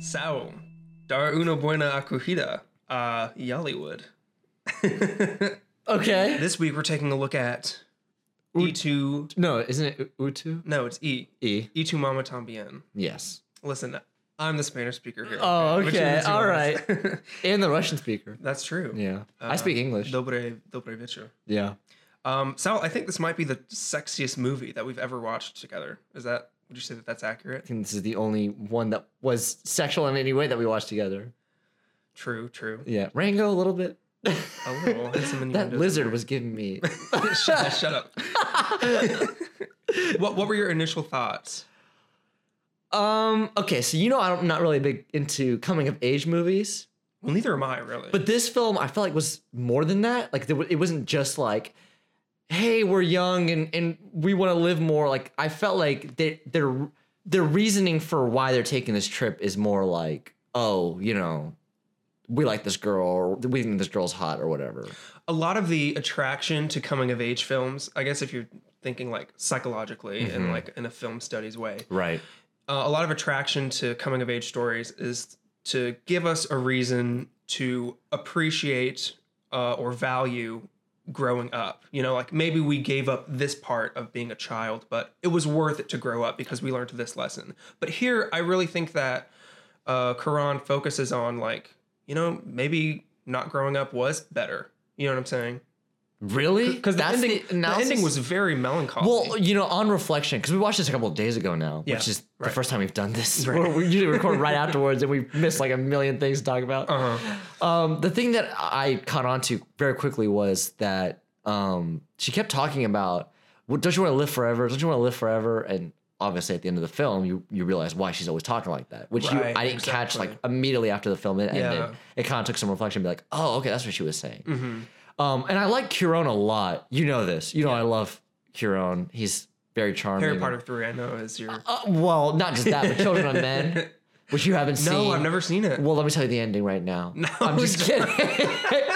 Sao, dar una buena acogida a Yollywood. Okay. this week we're taking a look at Oot. E2. No, isn't it U- Utu? No, it's E. E. E2 Mama Tambien. Yes. Listen, I'm the Spanish speaker here. Oh, Which okay, means you all are. right. And the Russian speaker. That's true. Yeah. I Uh, speak English. Dobre, dobre večer. Yeah. Um, Sal, I think this might be the sexiest movie that we've ever watched together. Is that? Would you say that that's I accurate? think this is the only one that was sexual in any way that we watched together. True, true. Yeah. Rango a little bit. A Oh, little. Had some that innuendos. lizard was giving me. shut, shut up. what What were your initial thoughts? um. Okay. So you know I'm not really big into coming of age movies. Well, neither am I really. But this film, I felt like was more than that. Like there wa- it wasn't just like, hey, we're young and and we want to live more. Like I felt like they, their their reasoning for why they're taking this trip is more like, oh, you know, we like this girl or we think this girl's hot or whatever. a lot of the attraction to coming of age films, I guess, if you're thinking like psychologically and like in a film studies way, Right. uh, a lot of attraction to coming of age stories is to give us a reason to appreciate uh, or value growing up. You know, like maybe we gave up this part of being a child, but it was worth it to grow up because we learned this lesson. But here, I really think that uh, Quran focuses on like, you know, maybe not growing up was better. You know what I'm saying? Really? Because the, That's ending- the analysis? ending was very melancholy. Well, you know, on reflection, because we watched this a couple of days ago now, Yeah, which is right. the first time we've done this. Where we usually record right afterwards, and we miss like a million things to talk about. Uh-huh. Um, the thing that I caught on to very quickly was that um, she kept talking about, well, "Don't you want to live forever? Don't you want to live forever?" And obviously, at the end of the film, you you realize why she's always talking like that, which you, Right, I didn't catch exactly. like immediately after the film it ended. Yeah. It kind of took some reflection, to be like, "Oh, okay, that's what she was saying." Mm-hmm. Um, and I like Curon a lot. You know this. You know I love Curon. He's very charming. Harry Potter 3, I know, is your. Uh, well, not just that, but Children of Men, which you haven't seen. no, I've never seen it. Well, let me tell you the ending right now. No, I'm just kidding.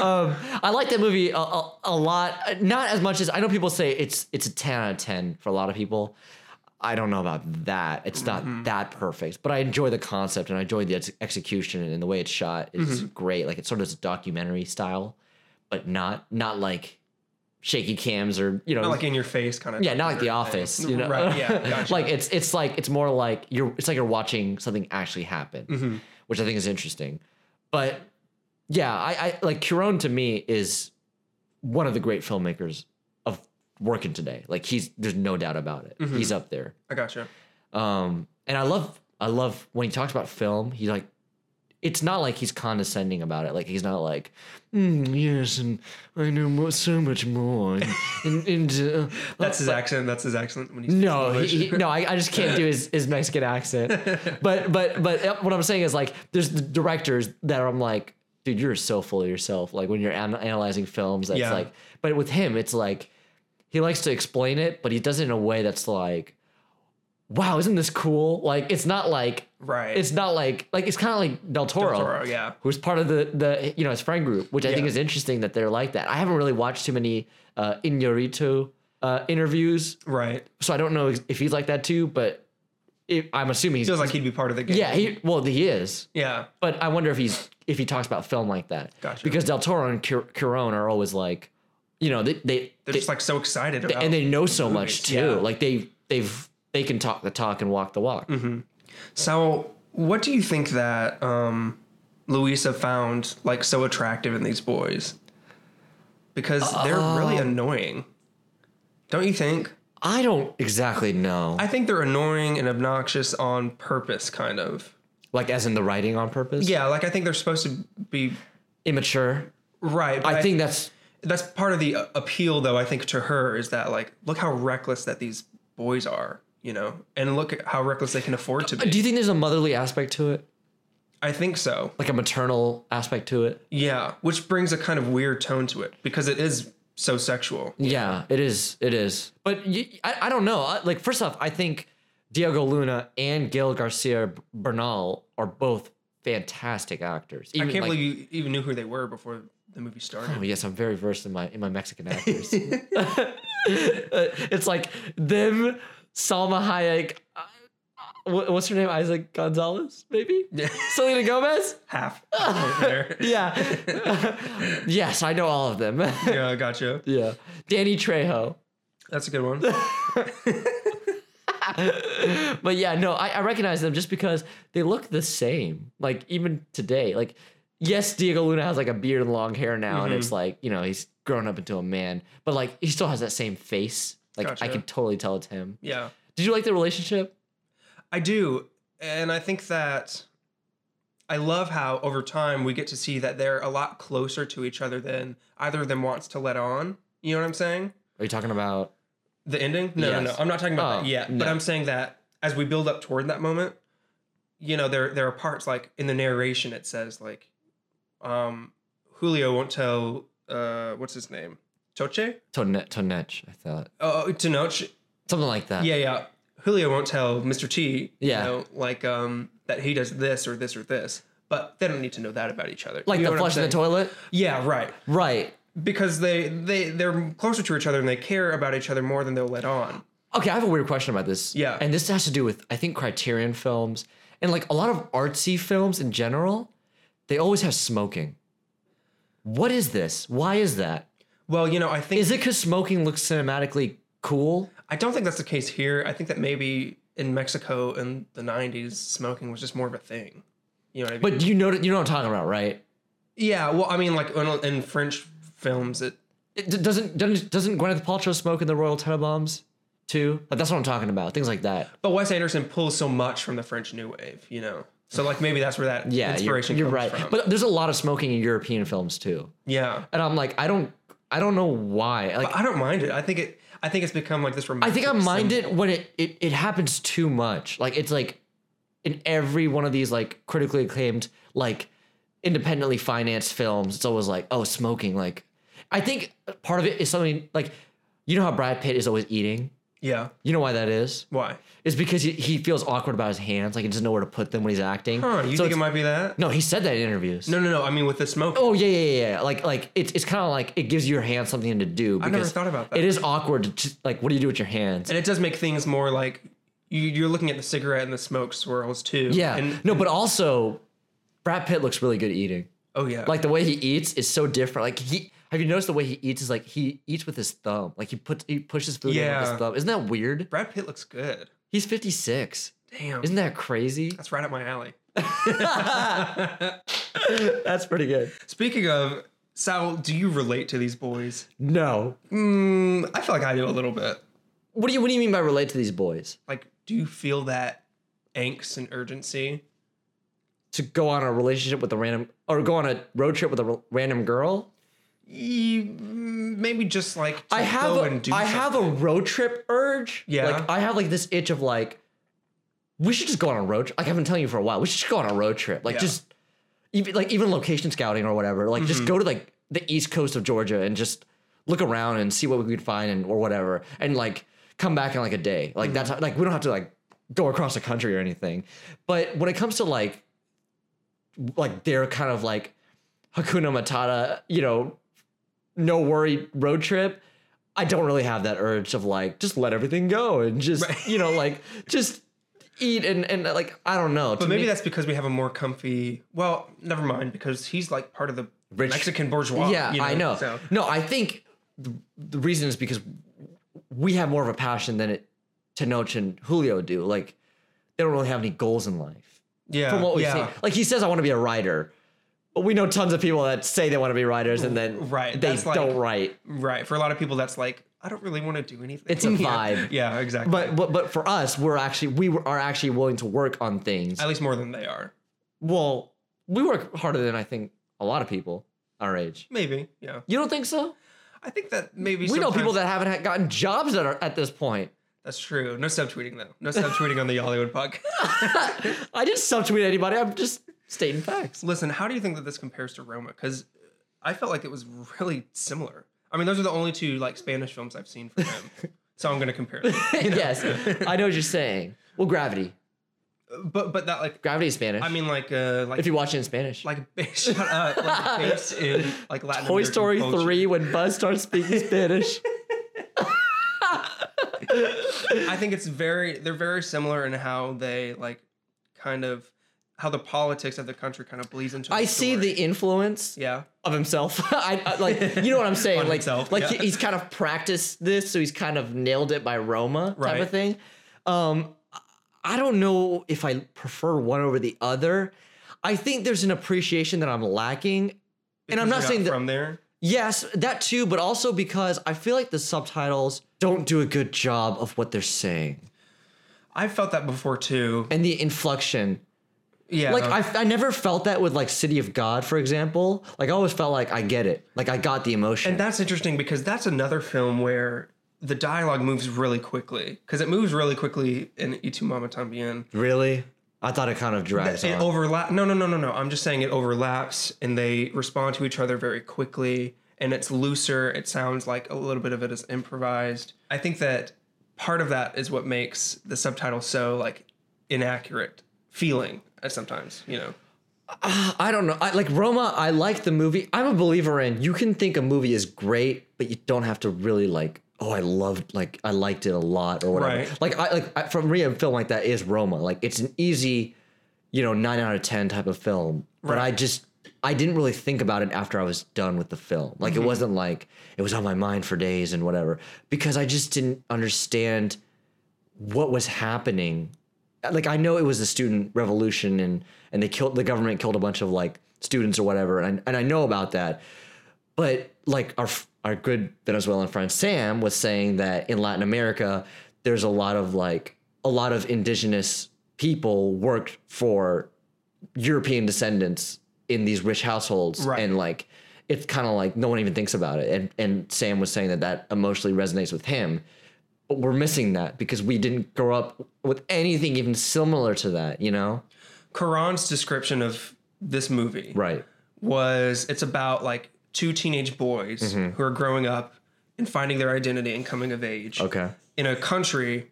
um, I like that movie a, a, a lot. Uh, Not as much as I know people say it's it's a ten out of ten for a lot of people. I don't know about that. It's not Mm-hmm. that perfect, but I enjoy the concept and I enjoy the ex- execution and the way it's shot is Mm-hmm. great. Like it's sort of this documentary style, but not not like shaky cams or you know Not like in your face kind of. yeah, not like The thing. Office, you know. Right? Yeah. Gotcha. like it's it's like it's more like you're it's like you're watching something actually happen, Mm-hmm, which I think is interesting. But yeah, I, I like Curon to me is one of the great filmmakers of working today. Like he's there's no doubt about it. He's up there. I gotcha. Um, and I love I love when he talks about film. He like it's not like he's condescending about it. Like he's not like, "Mm, yes, and I know mo- so much more. And, and, and, uh, That's his accent. That's his accent. When he speaks no, English. he, he- no, I, I just can't do his, his Mexican accent. But but but what I'm saying is like there's the directors that I'm like, dude, you're so full of yourself. Like when you're an- analyzing films, that's Yeah. like. But with him, it's like he likes to explain it, but he does it in a way that's like, wow, isn't this cool? Like it's not like right. it's not like like it's kind of like Del Toro, Toro, yeah. who's part of the the you know his friend group, which I think Yeah. is interesting that they're like that. I haven't really watched too many uh, Inarritu uh, interviews right. so I don't know if he's like that too, but if, I'm assuming he's Feels like he'd be part of the game. yeah, he well he is, Yeah. but I wonder if he's if he talks about film like that. Gotcha. Because Del Toro and Cur- Cuarón are always like, you know, they they, They're they- just like so excited about. and they know so much movies, too. yeah. Like they they've they can talk the talk and walk the walk. Mm-hmm. so, what do you think that um, Louisa found like so attractive in these boys? Because they're really Uh, annoying. Don't you think? I don't exactly know, I think they're annoying and obnoxious on purpose, kind of. like as in the writing on purpose. Yeah, like I think they're supposed to be immature. right. but I think that's that's part of the uh, appeal though i think to her is that like look how reckless that these boys are you know and look at how reckless they can afford to do be you think there's a motherly aspect to it, i think so like a maternal aspect to it? yeah which brings a kind of weird tone to it because it is so sexual Yeah, it is. It is. But you, I, I don't know. I, like, first off, I think Diego Luna and Gil Garcia Bernal are both fantastic actors. i Even, can't like- believe you even knew who they were before the movie started Oh, yes, I'm very versed in my in my Mexican actors. Uh, it's like them, Salma Hayek. uh, uh, wha- What's her name? Isaac Gonzalez, maybe? Selena Gomez? Half over there. Yeah. yes, I know all of them. yeah, gotcha. yeah. Danny Trejo. That's a good one. but yeah, no, I, I recognize them just because they look the same. Like even today, like yes, Diego Luna has like a beard and long hair now, and Mm-hmm. it's like you know he's grown up into a man, but like he still has that same face. Like I Gotcha. can totally tell it's him. Yeah, Did you like the relationship? I do, and I think that I love how over time we get to see that they're a lot closer to each other than either of them wants to let on. You know what I'm saying? Are you talking about? The ending? No, no, no. Yes. I'm not talking about Oh, that yet. no. But I'm saying that as we build up toward that moment, you know, there there are parts like in the narration it says like um Julio won't tell uh what's his name? Toche? Tonet, Tonetch, I thought. Oh, oh, Tenoch. Something like that. Yeah, yeah. Julio won't tell Mr. T, Yeah. you know, like um that he does this or this or this. But they don't need to know that about each other. Like You know what the I'm flush in the saying? toilet? Yeah, right. Right. Because they they they're closer to each other and they care about each other more than they'll let on. Okay, I have a weird question about this. Yeah. And this has to do with, I think, Criterion films and like a lot of artsy films in general, they always have smoking. What is this? Why is that? Well, you know, I think Is it because smoking looks cinematically cool? I don't think that's the case here. I think that maybe in Mexico in the '90s, smoking was just more of a thing. You know what I mean? But you know, you know what I'm talking about, right? yeah, well, I mean, like in, in French films, it It d- doesn't doesn't doesn't Gwyneth Paltrow smoke in the Royal Tenenbaums too? Like, that's what I'm talking about. Things like that. but Wes Anderson pulls so much from the French New Wave, you know. So like maybe that's where that Yeah, you're- inspiration you're, comes right. from. But there's a lot of smoking in European films too, yeah, and I'm like, I don't, I don't know why. Like, but I don't mind it. I think it. I think it's become like this I romantic. think I mind symbol. it when it, it it happens too much. Like it's like in every one of these like critically acclaimed like independently financed films, it's always like oh smoking. Like I think part of it is something like you know how Brad Pitt is always eating. Yeah. You know why that is? Why? It's because he, he feels awkward about his hands. Like he doesn't know where to put them when he's acting. Huh? You So think it's- it might be that? no, he said that in interviews. No, no, no. I mean with the smoke. Oh yeah, yeah, yeah, yeah. Like, like it's it's kind of like it gives your hands something to do. Because never thought about that. It is awkward. To just, like, what do you do with your hands? And it does make things more like you, you're looking at the cigarette and the smoke swirls too. Yeah. And no, but also Brad Pitt looks really good eating. oh yeah. Like the way he eats is so different. Like he have you noticed the way he eats is like he eats with his thumb. Like he puts he pushes food in with Yeah. his thumb. Isn't that weird? Brad Pitt looks good. He's 56. Damn. Isn't that crazy? that's right up my alley. That's pretty good. Speaking of, Sal, do you relate to these boys? No. Mm, I feel like I do a little bit. What do you what do you mean by relate to these boys? Like, do you feel that angst and urgency? To go on a relationship with a random or go on a road trip with a r- random girl? You, mm, maybe just like to I have go a, and do I have a road trip urge. Yeah. Like I have like this itch of like we should just go on a road trip. Like I've been telling you for a while, we should just go on a road trip. Like Yeah. just even like even location scouting or whatever. Like Mm-hmm. just go to like the east coast of Georgia and just look around and see what we could find and or whatever. And like come back in like a day. Like that's how, Mm-hmm. like we don't have to like go across the country or anything. But when it comes to like like their kind of like Hakuna Matata, you know, no worry road trip, I don't really have that urge of like just let everything go and just Right. you know like just eat and and like I don't know. But maybe that's because we have a more comfy. Well, never mind, because he's like part of the Rich- Mexican bourgeois. yeah, you I know. So No, I think the, the reason is because we have more of a passion than it Tenoch and Julio do. Like they don't really have any goals in life. yeah, From what we've Uh, yeah. seen, like he says, I want to be a writer. But we know tons of people that say they want to be writers and then Right, they that's like- don't write. Right. For a lot of people, that's like, I don't really want to do anything. It's a Yeah. vibe. Yeah, exactly. But but but for us, we're actually we are actually willing to work on things. at least more than they are. well, we work harder than I think a lot of people our age. Maybe. Yeah. You don't think so? I think that maybe We know sometimes- people that haven't had gotten jobs that are at this point. That's true. No subtweeting though. No subtweeting on the Hollywood podcast. I didn't subtweet anybody. I'm just stating facts. Listen, how do you think that this compares to Roma? Because I felt like it was really similar. I mean, those are the only two like Spanish films I've seen from him. so I'm gonna compare them. yes, I know what you're saying. Well, gravity. But but that like Gravity is Spanish. I mean like uh like if you watch it in Spanish, like shut up like based in like Latin Toy American Story culture. three when Buzz starts speaking Spanish. I think it's very they're very similar in how they like kind of how the politics of the country kind of bleeds into. I the see story. the influence yeah of himself. I, I- like you know what I'm saying. On like himself, like yeah. he- he's kind of practiced this, so he's kind of nailed it by Roma type Right. of thing. Um, I don't know if I prefer one over the other. I think there's an appreciation that I'm lacking, and because I'm you're not saying that from there. Yes, that too, but also because I feel like the subtitles don't do a good job of what they're saying I felt that before too. and the inflection. Yeah, Like I, I never felt that with like City of God, for example. Like I always felt like I get it, like I got the emotion. And that's interesting because that's another film where the dialogue moves really quickly because it moves really quickly in Itu Mama Tambien. really, I thought it kind of drags It on. overlap. No, no, no, no, no. I'm just saying it overlaps and they respond to each other very quickly and it's looser. It sounds like a little bit of it is improvised. I think that part of that is what makes the subtitle so like inaccurate feeling uh, sometimes, you know. I don't know. I, like Roma, I like the movie. I'm a believer in you can think a movie is great, but you don't have to really like. Oh, I loved like I liked it a lot or whatever. Right. Like I like I, for me, a film like that is Roma. Like it's an easy, you know, nine out of ten type of film. But Right. I just I didn't really think about it after I was done with the film. Like it wasn't like it was on my mind for days and whatever because I just didn't understand what was happening. Like I know it was the student revolution and and they killed the government killed a bunch of like students or whatever and and I know about that. But like our our good Venezuelan friend Sam was saying that in Latin America there's a lot of like a lot of indigenous people worked for European descendants in these rich households Right. and like it's kind of like no one even thinks about it and and Sam was saying that that emotionally resonates with him but we're missing that because we didn't grow up with anything even similar to that, you know? Quran's description of this movie Right. was it's about like two teenage boys Mm-hmm. who are growing up and finding their identity and coming of age Okay. in a country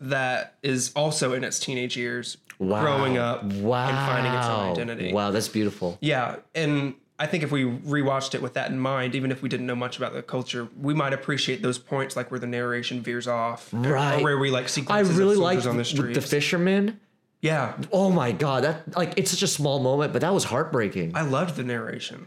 that is also in its teenage years Wow. growing up wow. and finding its own identity. Wow, that's beautiful. Yeah, and I think if we rewatched it with that in mind, even if we didn't know much about the culture, we might appreciate those points like where the narration veers off, or- Right. Or where we like see I glimpses really of like soldiers on the, the street. the fisherman. yeah, Oh my god, that like it's such a small moment, but that was heartbreaking. I loved the narration.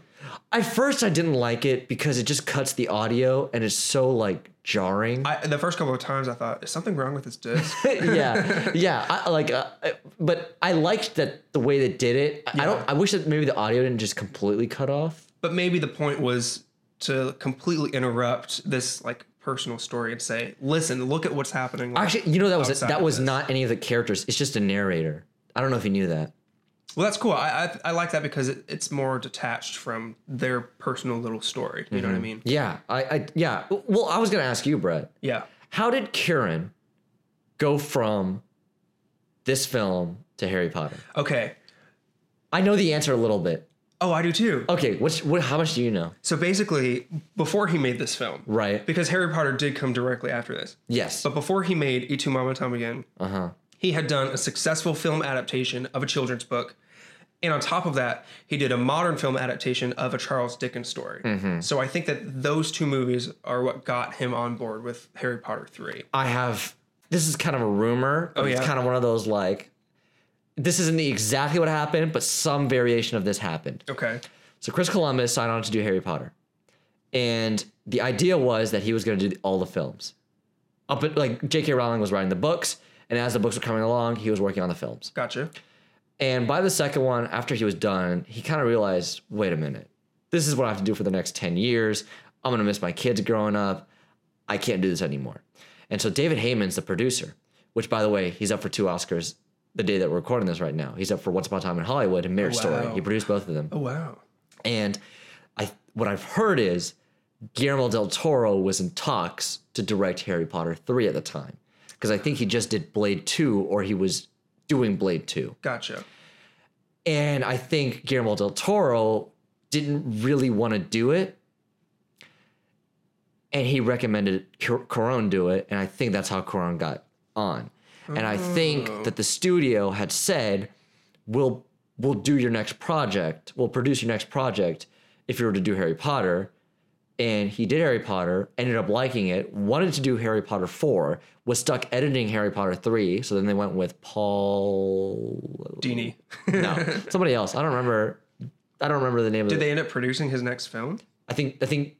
At first I didn't like it because it just cuts the audio and it's so like jarring. I, the first couple of times, I thought, is something wrong with this disc? yeah, yeah. I, like, uh, I- but I liked that the way they did it. I I don't. I wish that maybe the audio didn't just completely cut off. but maybe the point was to completely interrupt this like personal story and say, "Listen, look at what's happening." Like, Actually, you know that was outside that of was this. not any of the characters. It's just a narrator. I don't know if you knew that. well, that's cool. I I, I like that because it, it's more detached from their personal little story. You know what I mean? Yeah, I, I yeah. Well, I was gonna ask you, Brett. Yeah. How did Kieran go from this film to Harry Potter? Okay. I know the answer a little bit. Oh, I do too. Okay, what's what? How much do you know? So basically, before he made this film, Right. because Harry Potter did come directly after this, Yes. but before he made Itu Mama Tom again, he had done a successful film adaptation of a children's book. And on top of that, he did a modern film adaptation of a Charles Dickens story. So I think that those two movies are what got him on board with Harry Potter 3. I have. This is kind of a rumor. But It's Oh, yeah. kind of one of those like. This isn't exactly what happened, but some variation of this happened. Okay. So Chris Columbus signed on to do Harry Potter, and the idea was that he was going to do all the films. Up at, like J.K. Rowling was writing the books, and as the books were coming along, he was working on the films. Gotcha. And by the second one, after he was done, he kind of realized, wait a minute, this is what I have to do for the next ten years. I'm going to miss my kids growing up. I can't do this anymore. And so David Heyman's the producer, which by the way, he's up for two Oscars the day that we're recording this right now. He's up for Once Upon a Time in Hollywood and Marriage Story. Wow. He produced both of them. Oh, wow. And I what I've heard is Guillermo del Toro was in talks to direct Harry Potter 3 at the time. Because I think he just did Blade 2 or he was doing Blade 2. Gotcha. And I think Guillermo del Toro didn't really want to do it. And he recommended Cor- Coron do it. And I think that's how Coron got on. And I think that the studio had said, we'll, we'll do your next project, we'll produce your next project if you were to do Harry Potter. and he did Harry Potter, ended up liking it, wanted to do Harry Potter 4, was stuck editing Harry Potter 3, so then they went with Paul Dini. No, somebody else. I don't remember I don't remember the name of Did it. they end up producing his next film? I think I think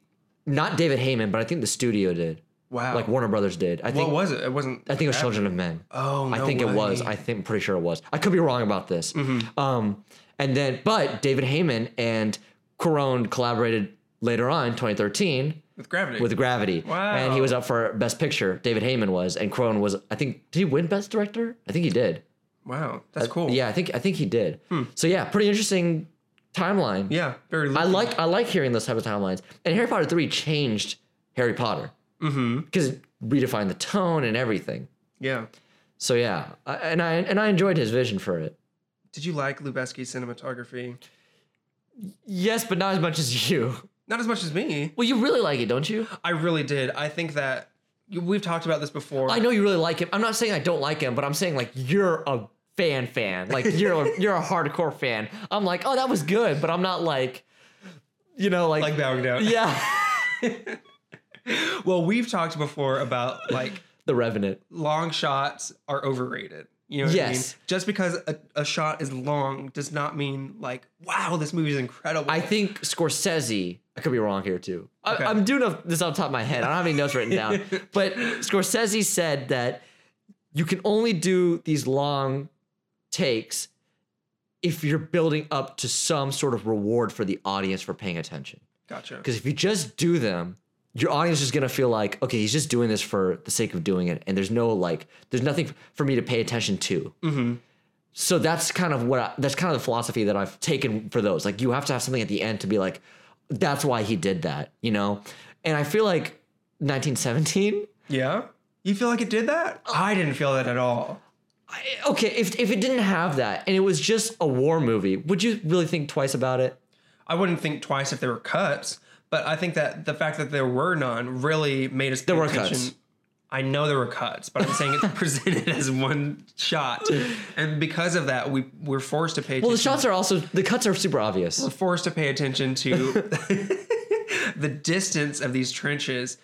not David Heyman, but I think the studio did. Wow. Like Warner Brothers did. I what think was it? It wasn't. I think it was Children of Men. Oh, I no think it was. way. Mm-hmm. I think I'm pretty sure it was. I could be wrong about this. Um, and then, but David Heyman and Corone collaborated later on, 2013, with Gravity. with Gravity. Wow. And he was up for Best Picture. David Heyman was, and Corone was. I think did he win Best Director? I think he did. wow, that's cool. Uh, Hmm. Yeah, I think I think he did. So yeah, pretty interesting timeline. yeah, very. I loopy. like I like hearing those type of timelines. And Harry Potter three changed Harry Potter because it redefined the tone and everything. Mm-hmm. Yeah. So yeah, I, and I and I enjoyed his vision for it. Did you like Lubezki's cinematography? Yes, but not as much as you. Not as much as me. Well, you really like it, don't you? I really did. I think that we've talked about this before. I know you really like him. I'm not saying I don't like him, but I'm saying like you're a fan fan. Like you're a, you're a hardcore fan. I'm like, "Oh, that was good," but I'm not like you know like, like bowing down. yeah, Well, we've talked before about like The Revenant. long shots are overrated. You know what I mean? Yes. Just because a, a shot is long does not mean like, wow, this movie is incredible. I think Scorsese. I could be wrong here too. I, Okay. I'm doing this off the top of my head. I don't have any notes written down. But Scorsese said that you can only do these long takes if you're building up to some sort of reward for the audience for paying attention. gotcha. Because if you just do them, your audience is gonna feel like, okay, he's just doing this for the sake of doing it, and there's no like, there's nothing for me to pay attention to. So that's kind of what I, that's kind of the philosophy that I've taken for those. Like, you have to have something at the end to be like, that's why he did that, you know. And I feel like 1917. Yeah. You feel like it did that? I didn't feel that at all. I- Okay, if if it didn't have that and it was just a war movie, would you really think twice about it? I wouldn't think twice if there were cuts, but I think that the fact that there were none really made us. There were cuts. I know there were cuts, but I'm saying it's presented as one shot, and because of that, we we're forced to pay. Well, the attention. shots are also the cuts are super obvious. We're forced to pay attention to the distance of these trenches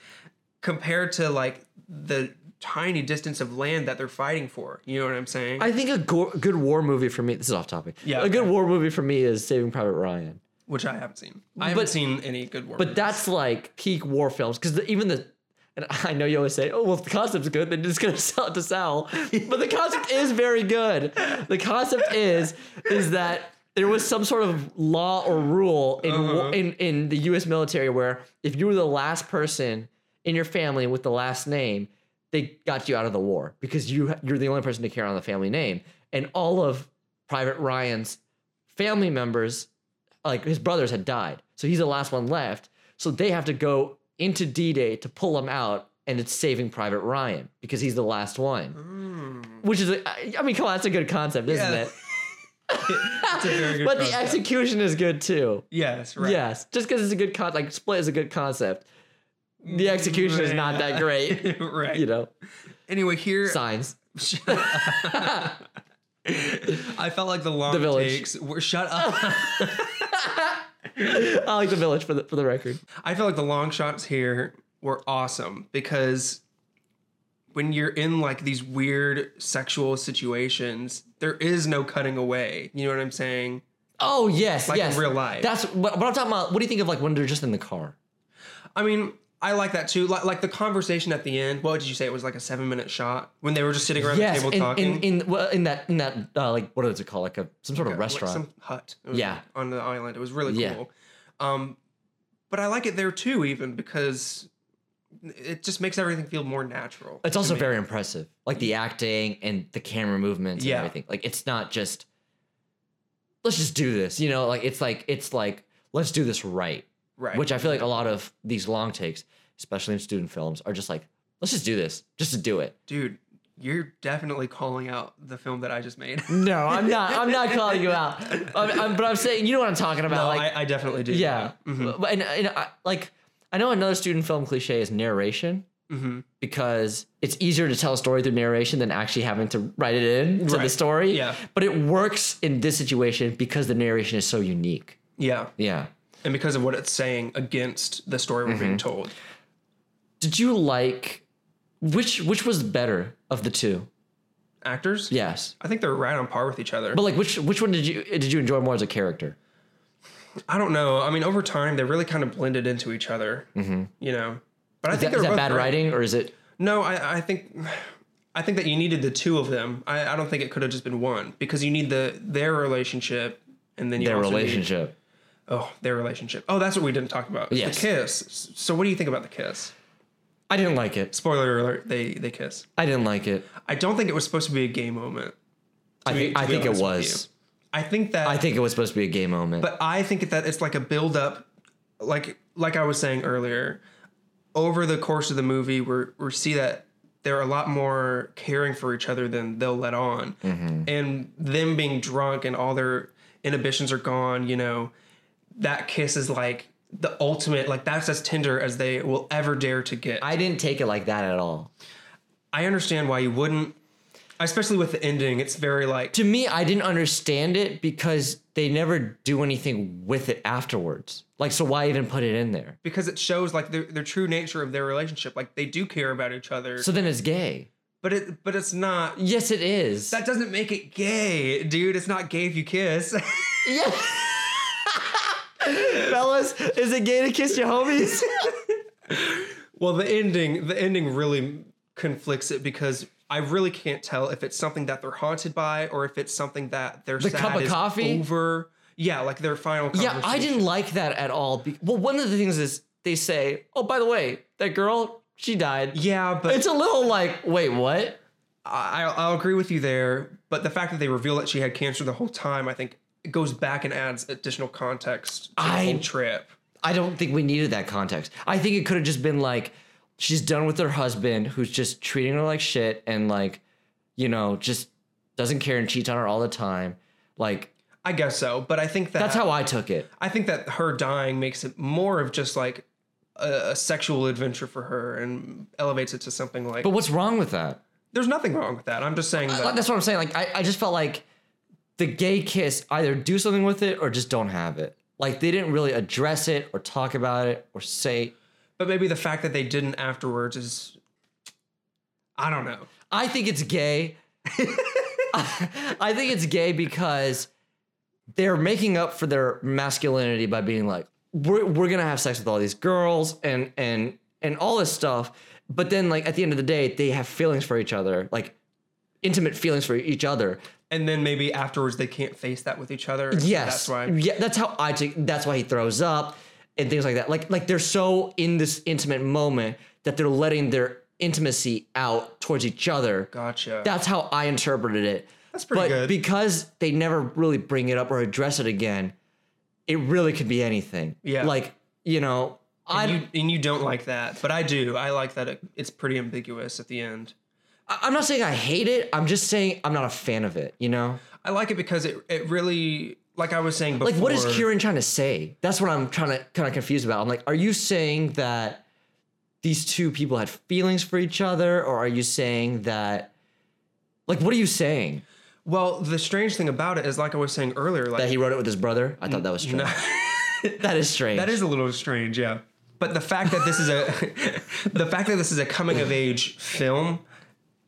compared to like the tiny distance of land that they're fighting for. You know what I'm saying? I think a go- good war movie for me. This is off topic. Yeah, a good okay. war movie for me is Saving Private Ryan. Which I haven't seen. I haven't But- seen any good work. But that's like peak war films because even the. And I know you always say, "Oh, well, if the concept's good, then it's gonna sell it to sell." But the concept is very good. The concept is is that there was some sort of law or rule in wa- in in the U.S. military where if you were the last person in your family with the last name, they got you out of the war because you you're the only person to carry on the family name, and all of Private Ryan's family members, like his brothers, had died. So he's the last one left. So they have to go into D Day to pull him out, and it's saving Private Ryan because he's the last one. Which is, a- I I mean, come on, that's a good concept, isn't Hmm. Yeah. it? It's a very good But the concept. execution is good too. Yes, right. Yes, just because it's a good concept, like Split is a good concept. The execution is not that Mm, great, right. you know. Anyway, here Signs. I felt like the long The Village. takes were shut up. I like the village for the for the record. I feel like the long shots here were awesome because when you're in like these weird sexual situations, there is no cutting away. You know what I'm saying? Oh yes, Like in yes. real life. That's what, what I'm talking about. What do you think of like when they're just in the car? I mean, I like that too. Like, like the conversation at the end. What did you say? It was like a seven minute shot when they were just sitting around Yes, the table in, talking. in in well, in that in that uh, like what is it called? Like a some sort of like restaurant. some hut. It was Yeah. on the island. It was really cool. Yeah. Um, but I like it there too, even because it just makes everything feel more natural. it's also very impressive, like the acting and the camera movements Yeah. and everything. Like it's not just let's just do this, you know. Like it's like it's like let's do this right, right. which I feel like a lot of these long takes, especially in student films, are just like let's just do this, just to do it. dude, you're definitely calling out the film that I just made. no, No, I'm not. I'm not calling you out. I'm, I'm, but I'm saying you know what I'm talking about. like I, I definitely do. Yeah. Mm-hmm. But and, and I, like I know another student film cliche is narration Mhm. because it's easier to tell a story through narration than actually having to write it in to the Right. story. Yeah. But it works in this situation because the narration is so unique. Yeah. Yeah. and because of what it's saying against the story we're being Mm-hmm. told. Did you like which which was better of the two? Actors, Yes. I think they're right on par with each other. But like which which one did you did you enjoy more as a character? I don't know. I mean, over time they really kind of blended into each other. You know, but I Mm-hmm. Is think that, they're is that both bad right. writing or is it No, I, I think I think that you needed the two of them. I, I don't think it could have just been one because you need the their relationship and then you their also need- relationship? oh, their relationship. Oh, that's what we didn't talk about. Yes. The kiss. So what do you think about the kiss? I didn't like it. Spoiler alert, they they kiss. I didn't like it. I don't think it was supposed to be a gay moment. I be- think to I be think it honest with was. I think that I think it was supposed to be a gay moment. but I think that it's like a build up like like I was saying earlier, over the course of the movie we we see that they're a lot more caring for each other than they'll let on. And them being drunk and all their inhibitions are gone, you know, that kiss is like the ultimate like that's as tender as they will ever dare to get. I didn't take it like that at all. I understand why you wouldn't, especially with the ending. It's very like To me, I didn't understand it because they never do anything with it afterwards. Like, so why even put it in there? because it shows like the, the true nature of their relationship. Like they do care about each other, So then it's gay. but it but it's not. Yes, it is. That doesn't make it gay, dude. It's not gay if you kiss. yeah. Fellas, is it gay to kiss your homies? well, the ending the ending really conflicts it because I really can't tell if it's something that they're haunted by or if it's something that they're The sad cup of is coffee? over. Yeah, like their final. yeah, I didn't like that at all. Be- well, one of the things is they say, oh, by the way, that girl, she died. Yeah, but It's a little like, wait, what? I, I'll- I'll agree with you there, but the fact that they reveal that she had cancer the whole time, I think, it goes back and adds additional context to I- the whole trip. I don't think we needed that context. I think it could have just been like she's done with her husband who's just treating her like shit and like, you know, just doesn't care and cheats on her all the time. Like I guess so, but I think that that's how I took it. I think that her dying makes it more of just like a, a sexual adventure for her and elevates it to something like. But what's wrong with that? there's nothing wrong with that. I'm just saying that. Like, That's what I'm saying. Like I, I just felt like the gay kiss either do something with it or just don't have it. Like they didn't really address it or talk about it or say but maybe the fact that they didn't afterwards is, I don't know. I think it's gay. I think it's gay because they're making up for their masculinity by being like, we're, we're gonna have sex with all these girls and and and all this stuff. But then like at the end of the day, they have feelings for each other, like intimate feelings for each other. And then maybe afterwards they can't face that with each other. and so Yes. that's why. Yeah, that's how I take that's why he throws up and things like that. Like like they're so in this intimate moment that they're letting their intimacy out towards each other. Gotcha. That's how I interpreted it. That's pretty but good. Because they never really bring it up or address it again, it really could be anything. Yeah. Like, you know, I And you, and you don't like that, but I do. I like that it, it's pretty ambiguous at the end. I- I'm not saying I hate it. I'm just saying I'm not a fan of it, you know? I like it because it, it really, like I was saying before. Like what is Kieran trying to say? That's what I'm trying to kind of confused about. I'm like, are you saying that these two people had feelings for each other or are you saying that like what are you saying? Well, the strange thing about it is, like I was saying earlier, like That he wrote it with his brother? I thought that was strange. that is strange. That is a little strange, yeah. But the fact that this is a the fact that this is a coming of age film,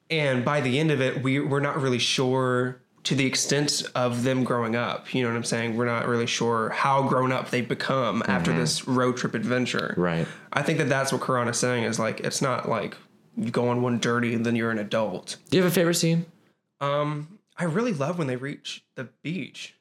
and by the end of it, we we're not really sure to the extent of them growing up. You know what I'm saying? We're not really sure how grown up they become after this road trip adventure. Right. I think that that's what Karan is saying is like it's not like you go on one dirty and then you're an adult. Do you have a favorite scene? Um, I really love when they reach the beach.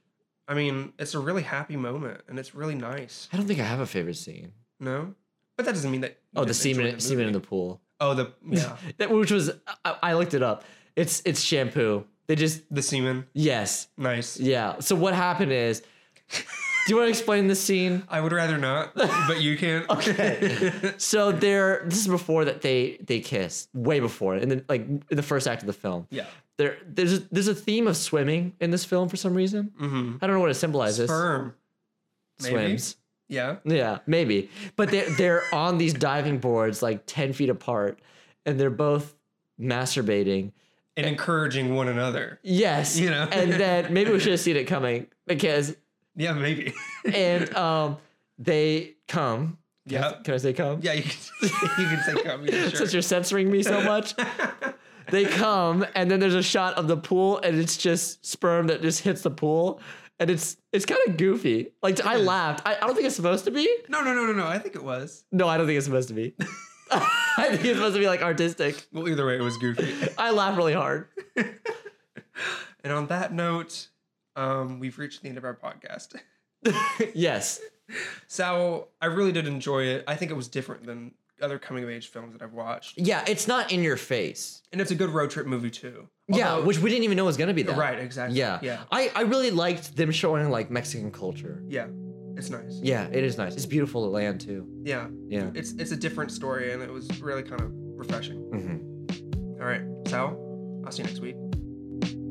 I mean, it's a really happy moment and it's really nice. I don't think I have a favorite scene. No, but that doesn't mean that. you Oh, the didn't enjoy semen, semen in the pool. Oh, the yeah, That which was I, I looked it up. It's it's shampoo. They just the semen. yes, Nice. yeah. So what happened is, do you want to explain this scene? I would rather not, but you can. So they're this is before that they they kiss, way before, and then like in the first act of the film. yeah. There there's a, there's a theme of swimming in this film for some reason. Mm-hmm. I don't know what it symbolizes. Sperm. maybe? Swims. Yeah. Yeah, maybe. But they're they're on these diving boards like ten feet apart, and they're both masturbating. And encouraging one another. Yes. You know? and then maybe we should have seen it coming because Yeah, maybe. and um they come. Can I- Yeah. Can I say come? Yeah, you can, you can say come. Yeah, sure. Since you're censoring me so much. they come and then there's a shot of the pool and it's just sperm that just hits the pool. And it's it's kind of goofy. Like I laughed. I, I don't think it's supposed to be. No, no, no, no, no. I think it was. No, I don't think it's supposed to be. I think it's supposed to be like artistic. Well, either way, it was goofy. I laugh really hard. and on that note, um, we've reached the end of our podcast. yes. So I really did enjoy it. I think it was different than other coming of age films that I've watched, Yeah, it's not in your face. and it's a good road trip movie too. yeah, Although- which we didn't even know was gonna be that. right, exactly. Yeah. yeah, I, I really liked them showing like Mexican culture. yeah. It's nice. Yeah, it is nice. It's beautiful to land too. Yeah, Yeah. it's it's a different story, and it was really kind of refreshing. Mm-hmm. All right, so I'll see you next week.